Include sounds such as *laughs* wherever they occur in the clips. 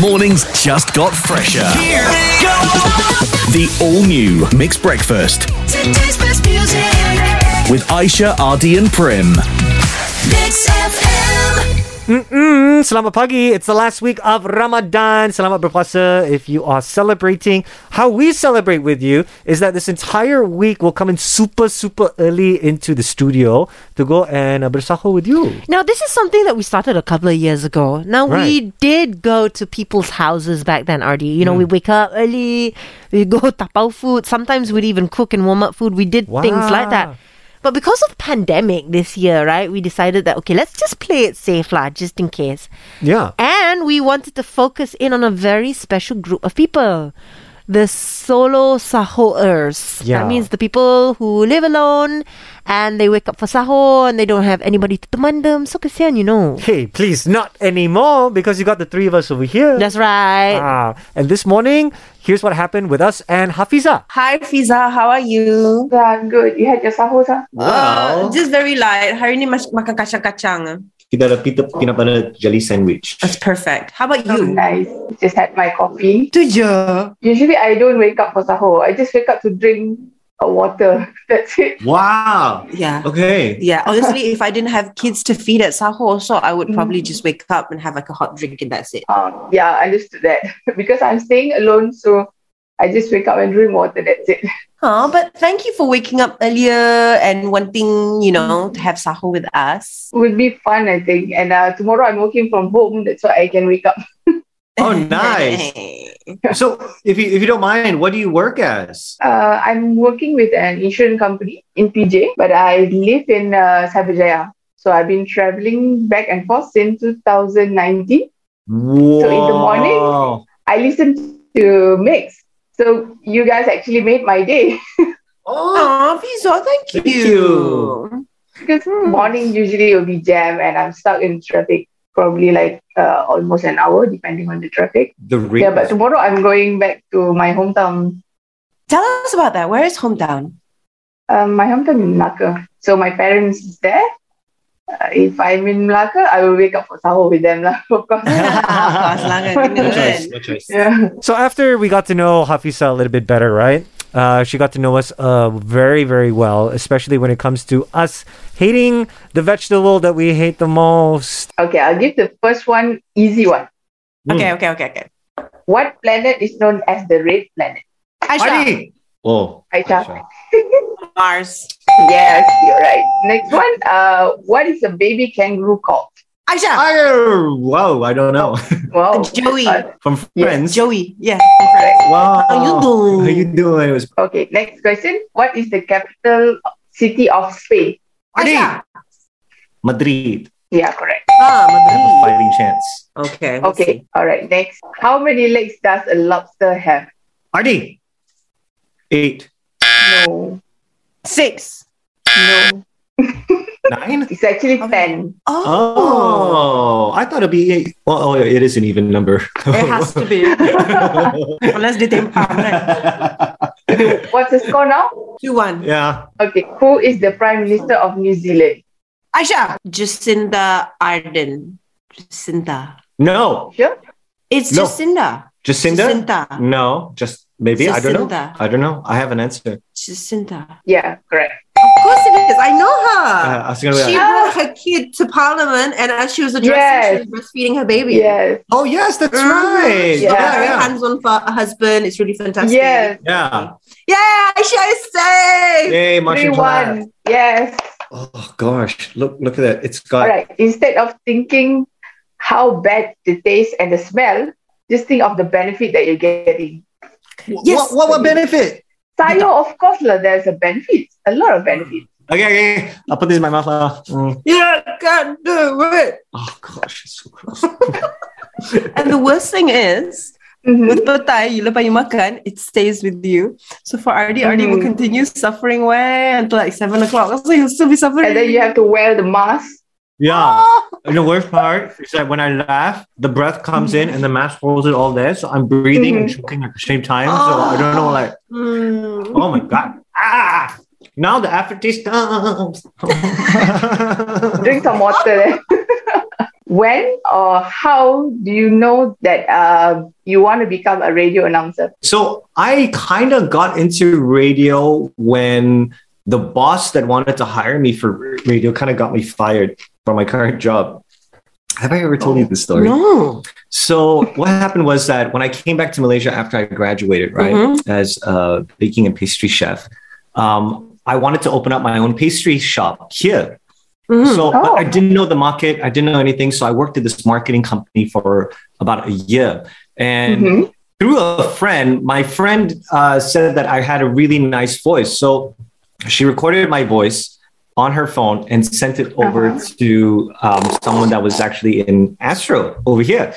Mornings just got fresher. The all new Mixed Breakfast Today's best music. with Aisha, Ardy, and Prim. Mix FM. Mm, Selamat pagi. It's the last week of Ramadan. Selamat berpuasa if you are celebrating. How we celebrate with you is that this entire week we'll come in super, super early into the studio to go and uh, bersahur with you. Now, this is something that we started a couple of years ago. Now, we did go to people's houses back then, Ardy. You know, we wake up early, we go *laughs* tapau food. Sometimes we'd even cook and warm up food. We did things like that. But because of pandemic this year, right, we decided that, okay, let's just play it safe, lah, just in case. Yeah. And we wanted to focus in on a very special group of people. The solo sahoers. Yeah. That means the people who live alone and they wake up for sahur and they don't have anybody to demand them. So kasihan, you know. Hey, please, not anymore because you got the three of us over here. That's right. Ah, and this morning, here's what happened with us and Hafiza. Hi Fiza, how are you? Yeah, I'm good. You had your sahur, huh? Uh, just very light. Hari ni mas- makan kacang-kacang. Kita ada pita, peanut butter jelly sandwich. That's perfect. How about That was you? nice. Just had my coffee. Tu je. Usually, I don't wake up for sahur. I just wake up to drink uh, water. *laughs* That's it. Wow. Oh, Yeah. Okay. Yeah, honestly, if I didn't have kids to feed at sahur also, I would probably just wake up and have like a hot drink and that's it. Um, yeah, I understood that *laughs* because I'm staying alone, so I just wake up and drink water. That's it. *laughs* Oh, but thank you for waking up earlier and wanting, you know, to have sahur with us. Will be fun, I think. And uh, tomorrow, I'm working from home. That's why I can wake up. *laughs* Oh, *laughs* nice. So, if you if you don't mind, what do you work as? Uh, I'm working with an insurance company in PJ, but I live in uh, Cyberjaya. So I've been traveling back and forth since 2019. Wow. the morning? I listened to Mix. So you guys actually made my day *laughs* Oh, Oh, Fiza, thank you. Thank you. because Hmm. morning usually will be jam and I'm stuck in traffic probably like uh, almost an hour depending on the traffic. the re- Yeah, but tomorrow I'm going back to my hometown. Tell us about that. Where is hometown? *laughs* *laughs* Um, my hometown in Melaka. So my parents is there. Uh, if I'm in Melaka, I will wake up for sahur with them lah. *laughs* Of course. Ah, Kelas Langan, *laughs* no kena kan? choice. No choice. yeah. So after we got to know Hafiza a little bit better, right? Uh, she got to know us uh, very, very well, especially when it comes to us hating the vegetable that we hate the most. Okay, I'll give the first one easy one. Okay, okay, okay, okay. What planet is known as the red planet? Aisha, Adi. Oh. Aisha. Aisha. Mars. Yes, you're right. Next one. Uh, what is a baby kangaroo called? Aisha. I, wow, I don't know. *laughs* Wow. Joey. Uh, From Yeah, friends. Joey, yeah. Wow. How you doing? How Oh, you doing? It was okay. Next question. What is the capital city of Spain? Aisha. Madrid. Yeah, correct. I have Ah, a Madrid. fighting chance. Okay. let's Okay. see. All right. Next. How many legs does a lobster have? Ardi. Eight. No. Six. No. Nine. It's actually How ten. Oh. Oh, I thought it'd be eight. Well, oh, yeah, it is an even number. *laughs* It has to be. Unless they didn't pound, right? What's the score now? Two one. yeah. Okay. Who is the prime minister of New Zealand? Aisha. Jacinda Arden. Jacinda. No. Sure. It's No. Jacinda. Jacinda? Jacinda. No. Just maybe. I don't know. Jacinda. I don't know. I have an answer. Jacinda. Of Yeah, correct. course it is. I know her. Uh, I was gonna be she like, brought her kid to Parliament, and as she was addressing, Yes. she was breastfeeding her baby. Yes. oh, yes, that's Mm, right. She's got Yeah. very Yeah. hands-on for a husband. It's really fantastic. Yes. Yeah. Yeah, Aisha is yeah. safe. Yay, Three marching band. one. Yes. Oh gosh, look look at that. It's got All right. Instead of thinking how bad the taste and the smell, just think of the benefit that you're getting. Yes. what, what what benefit? Sayo, of course, lah, there's a benefit, a lot of benefit. Okay, okay, okay. I'll put this in my mouth. Uh, mm. You can't do it. Oh gosh, it's so Ah. gross. And the worst thing is, Mhm. with petai, you lepas you makan, it stays with you. So for Ardi, Ardi will Mhm. continue suffering way until like 7 o'clock. So he'll still be suffering. And then you have to wear the mask. Yeah. Oh, And the worst part is that when I laugh, the breath comes Mm-hmm. in and the mask holds it all there. So I'm breathing and choking at the same time. So Ah. I don't know, like, mm. oh my God. Ah! Now the aftertaste comes. Drink some water. eh. *laughs* when or how do you know that uh, you want to become a radio announcer? So I kind of got into radio when the boss that wanted to hire me for radio kind of got me fired from my current job. Have I ever told you this story? No. So what happened was that when I came back to Malaysia after I graduated, right, as a baking and pastry chef, um, I wanted to open up my own pastry shop here. Mm-hmm. So but Oh. I didn't know the market. I didn't know anything. So I worked at this marketing company for about a year. And Mhm. through a friend, my friend uh, said that I had a really nice voice. So she recorded my voice on her phone and sent it over to um, someone that was actually in Astro over here.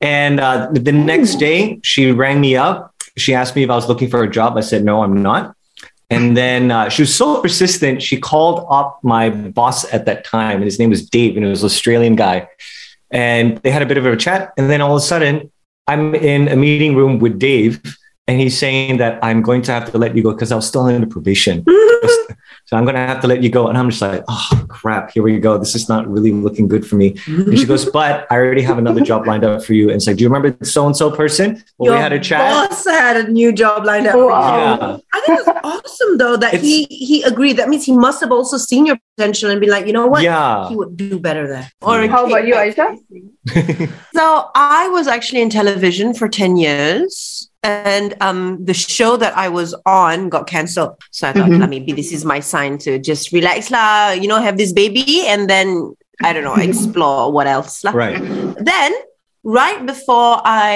And uh, the next day, she rang me up. She asked me if I was looking for a job. I said, no, I'm not. And then uh, she was so persistent. She called up my boss at that time, and his name was Dave, and he was an Australian guy. And they had a bit of a chat. And then all of a sudden, I'm in a meeting room with Dave, and he's saying that I'm going to have to let you go because I was still under *laughs* probation. so I'm going to have to let you go. And I'm just like, oh, crap, here we go. This is not really looking good for me. And she goes, but I already have another job lined up for you. And it's like, do you remember so and so person? Well, we had a chat. boss had a new job lined up. for you. Wow. Yeah. I think it's awesome though that It's- he he agreed. That means he must have also seen your potential and be like, you know what, Yeah. he would do better there. Or Yeah. How about you, Aisha? So I was actually in television for 10 years. And um, the show that I was on got cancelled. So I thought, Mhm. "Lah, maybe this is my sign to just relax, la, you know, have this baby and then, I don't know, Mm-hmm. explore what else. lah." Right. Then, right before I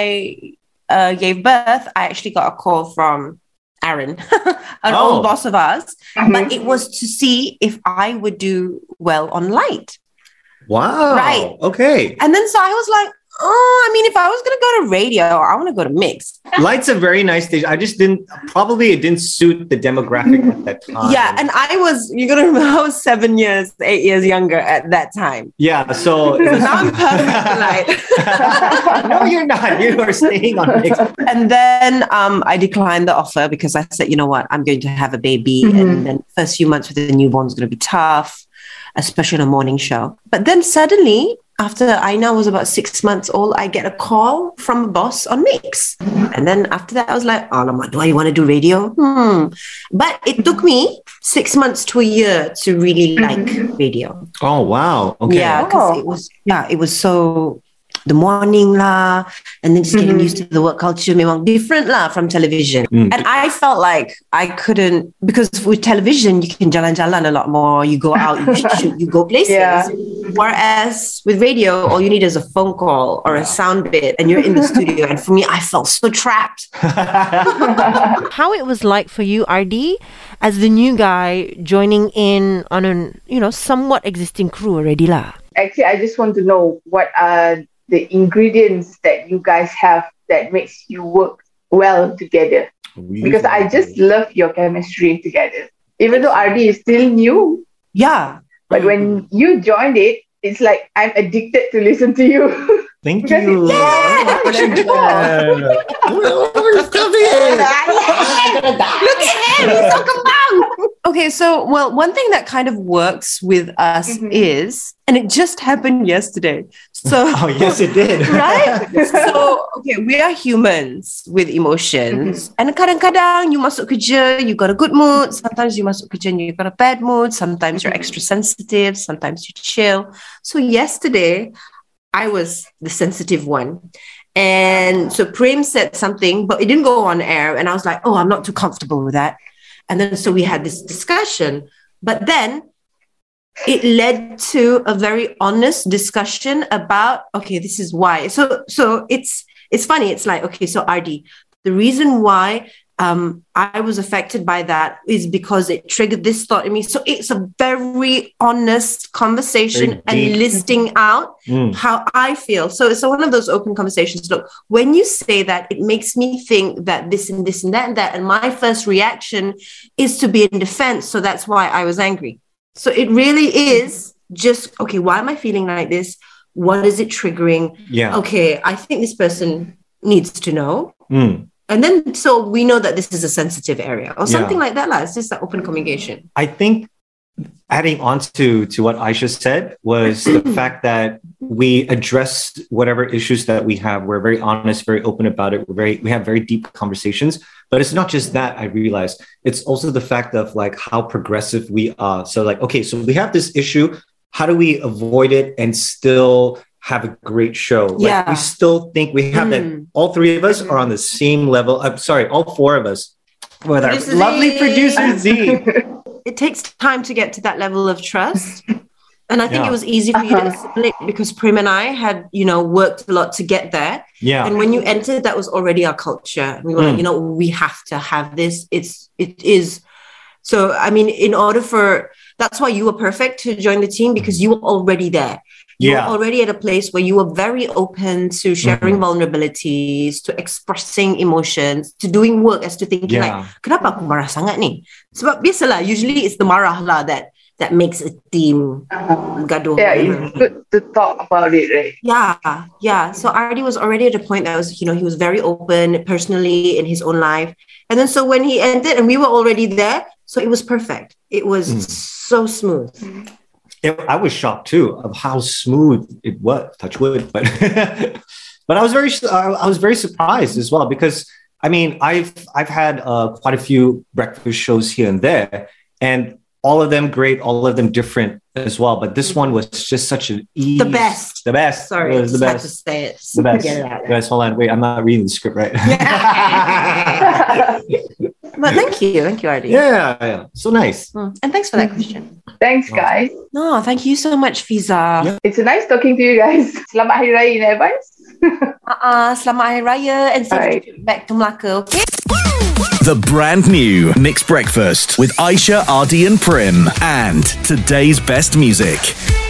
uh, gave birth, I actually got a call from Aaron, *laughs* an Oh. old boss of ours, Mm-hmm. but it was to see if I would do well on light. Wow. Right. Okay. And then so I was like, oh, I mean, if I was going to go to radio, I want to go to mix. Light's a very nice station. I just didn't probably it didn't suit the demographic at that time. yeah. And I was, you're going to remember, I was seven years, eight years younger at that time. yeah, *laughs* so So now *laughs* I'm perfect for *laughs* light. no, you're not. You are staying on mix. and then um, I declined the offer because I said, you know what, I'm going to have a baby, and then first few months with the newborn is going to be tough, especially on a morning show. But then suddenly, after I now was about six months old, I get a call from a boss on Mix, and then after that, I was like, oh, my, do I want to do radio? Hmm. But it took me six months to a year to really like radio. Oh wow. Okay. *laughs* Yeah, because Oh. it was yeah, it was so the morning lah, and then just getting Mm-hmm. used to the work culture, memang different lah from television. Mm. And I felt like I couldn't because with television you can jalan-jalan a lot more. You go out, you shoot, you *laughs* go places. Yeah. Whereas with radio, all you need is a phone call or a sound bit, and you're in the studio. And for me, I felt so trapped. *laughs* How it was like for you, RD, as the new guy joining in on an you know somewhat existing crew already lah. Actually, I just want to know what are the ingredients that you guys have that makes you work well together. Because I just love your chemistry together. Even though RD is still new, Yeah. but when you joined it, it's like I'm addicted to listen to you. *laughs* thank because you. it- Yeah, What you that's *laughs* doing? *laughs* Okay, so well, one thing that kind of works with us Mhm. is, and it just happened yesterday. *laughs* So Oh yes, it did. right? *laughs* so okay, we are humans with emotions. And kadang-kadang you masuk kerja, you got a good mood. Sometimes you masuk kerja and you got a bad mood. Sometimes you're extra sensitive. Sometimes you chill. So yesterday, I was the sensitive one. And so Prem said something, but it didn't go on air. And I was like, oh, I'm not too comfortable with that. And then so we had this discussion. But then it led to a very honest discussion about okay this is why so so it's it's funny it's like okay so rd the reason why um, i was affected by that is because it triggered this thought in me so it's a very honest conversation Very deep. and listing out Mm. how i feel so it's one of those open conversations look when you say that it makes me think that this and this and that and that and my first reaction is to be in defense so that's why i was angry so it really is just okay, why am I feeling like this? What is it triggering? Yeah. Okay, I think this person needs to know. Mm. And then so we know that this is a sensitive area or Yeah. something like that. Like, it's just that open communication. I think adding on to, to what Aisha said was the fact that we address whatever issues that we have. We're very honest, very open about it. We're very we have very deep conversations. But it's not just that I realized. It's also the fact of like how progressive we are. So like, okay, so we have this issue. How do we avoid it and still have a great show? Like, Yeah. we still think we have that. All three of us are on the same level. I'm sorry, all four of us with our Producer lovely Z. producer Z. it takes time to get to that level of trust. And I think Yeah. it was easy for you to assimilate because Prim and I had, you know, worked a lot to get there. Yeah. And when you entered, that was already our culture. We were like, Mm. you know, we have to have this. It's it is. So I mean, in order for that's why you were perfect to join the team because you were already there. You Yeah. Mm-hmm. were already at a place where you were very open to sharing vulnerabilities, to expressing emotions, to doing work as to thinking like, Yeah. kenapa aku marah sangat ni? Sebab biasalah, usually it's the marah lah that that makes a team gaduh. Yeah, it's good to talk about it, right? *laughs* Yeah, yeah. So Artie was already at a point that was, you know, he was very open personally in his own life. And then so when he ended and we were already there, so it was perfect. It was Hmm. so smooth. it, I was shocked too of how smooth it was. Touch wood, but *laughs* but I was very I I was very surprised as well because I mean I've I've had uh, quite a few breakfast shows here and there, and all of them great, all of them different as well. But this one was just such an ease. The best. the best. Sorry, it I was the just had to best. say it. The best. Get it out The best. Hold on, wait, I'm not reading the script *laughs* right. *laughs* But thank you, thank you, Artie. yeah, yeah, so nice. Mm. And thanks for that question. Thanks, guys. No, thank you so much, Fiza. Yeah. It's nice talking to you guys. *laughs* Selamat Hari Raya in advance. Uh-uh, selamat Hari Raya and safe Alright. trip back to Melaka, okay? The brand new Mixed Breakfast with Aisha, Ardi, and Prim, and today's best music.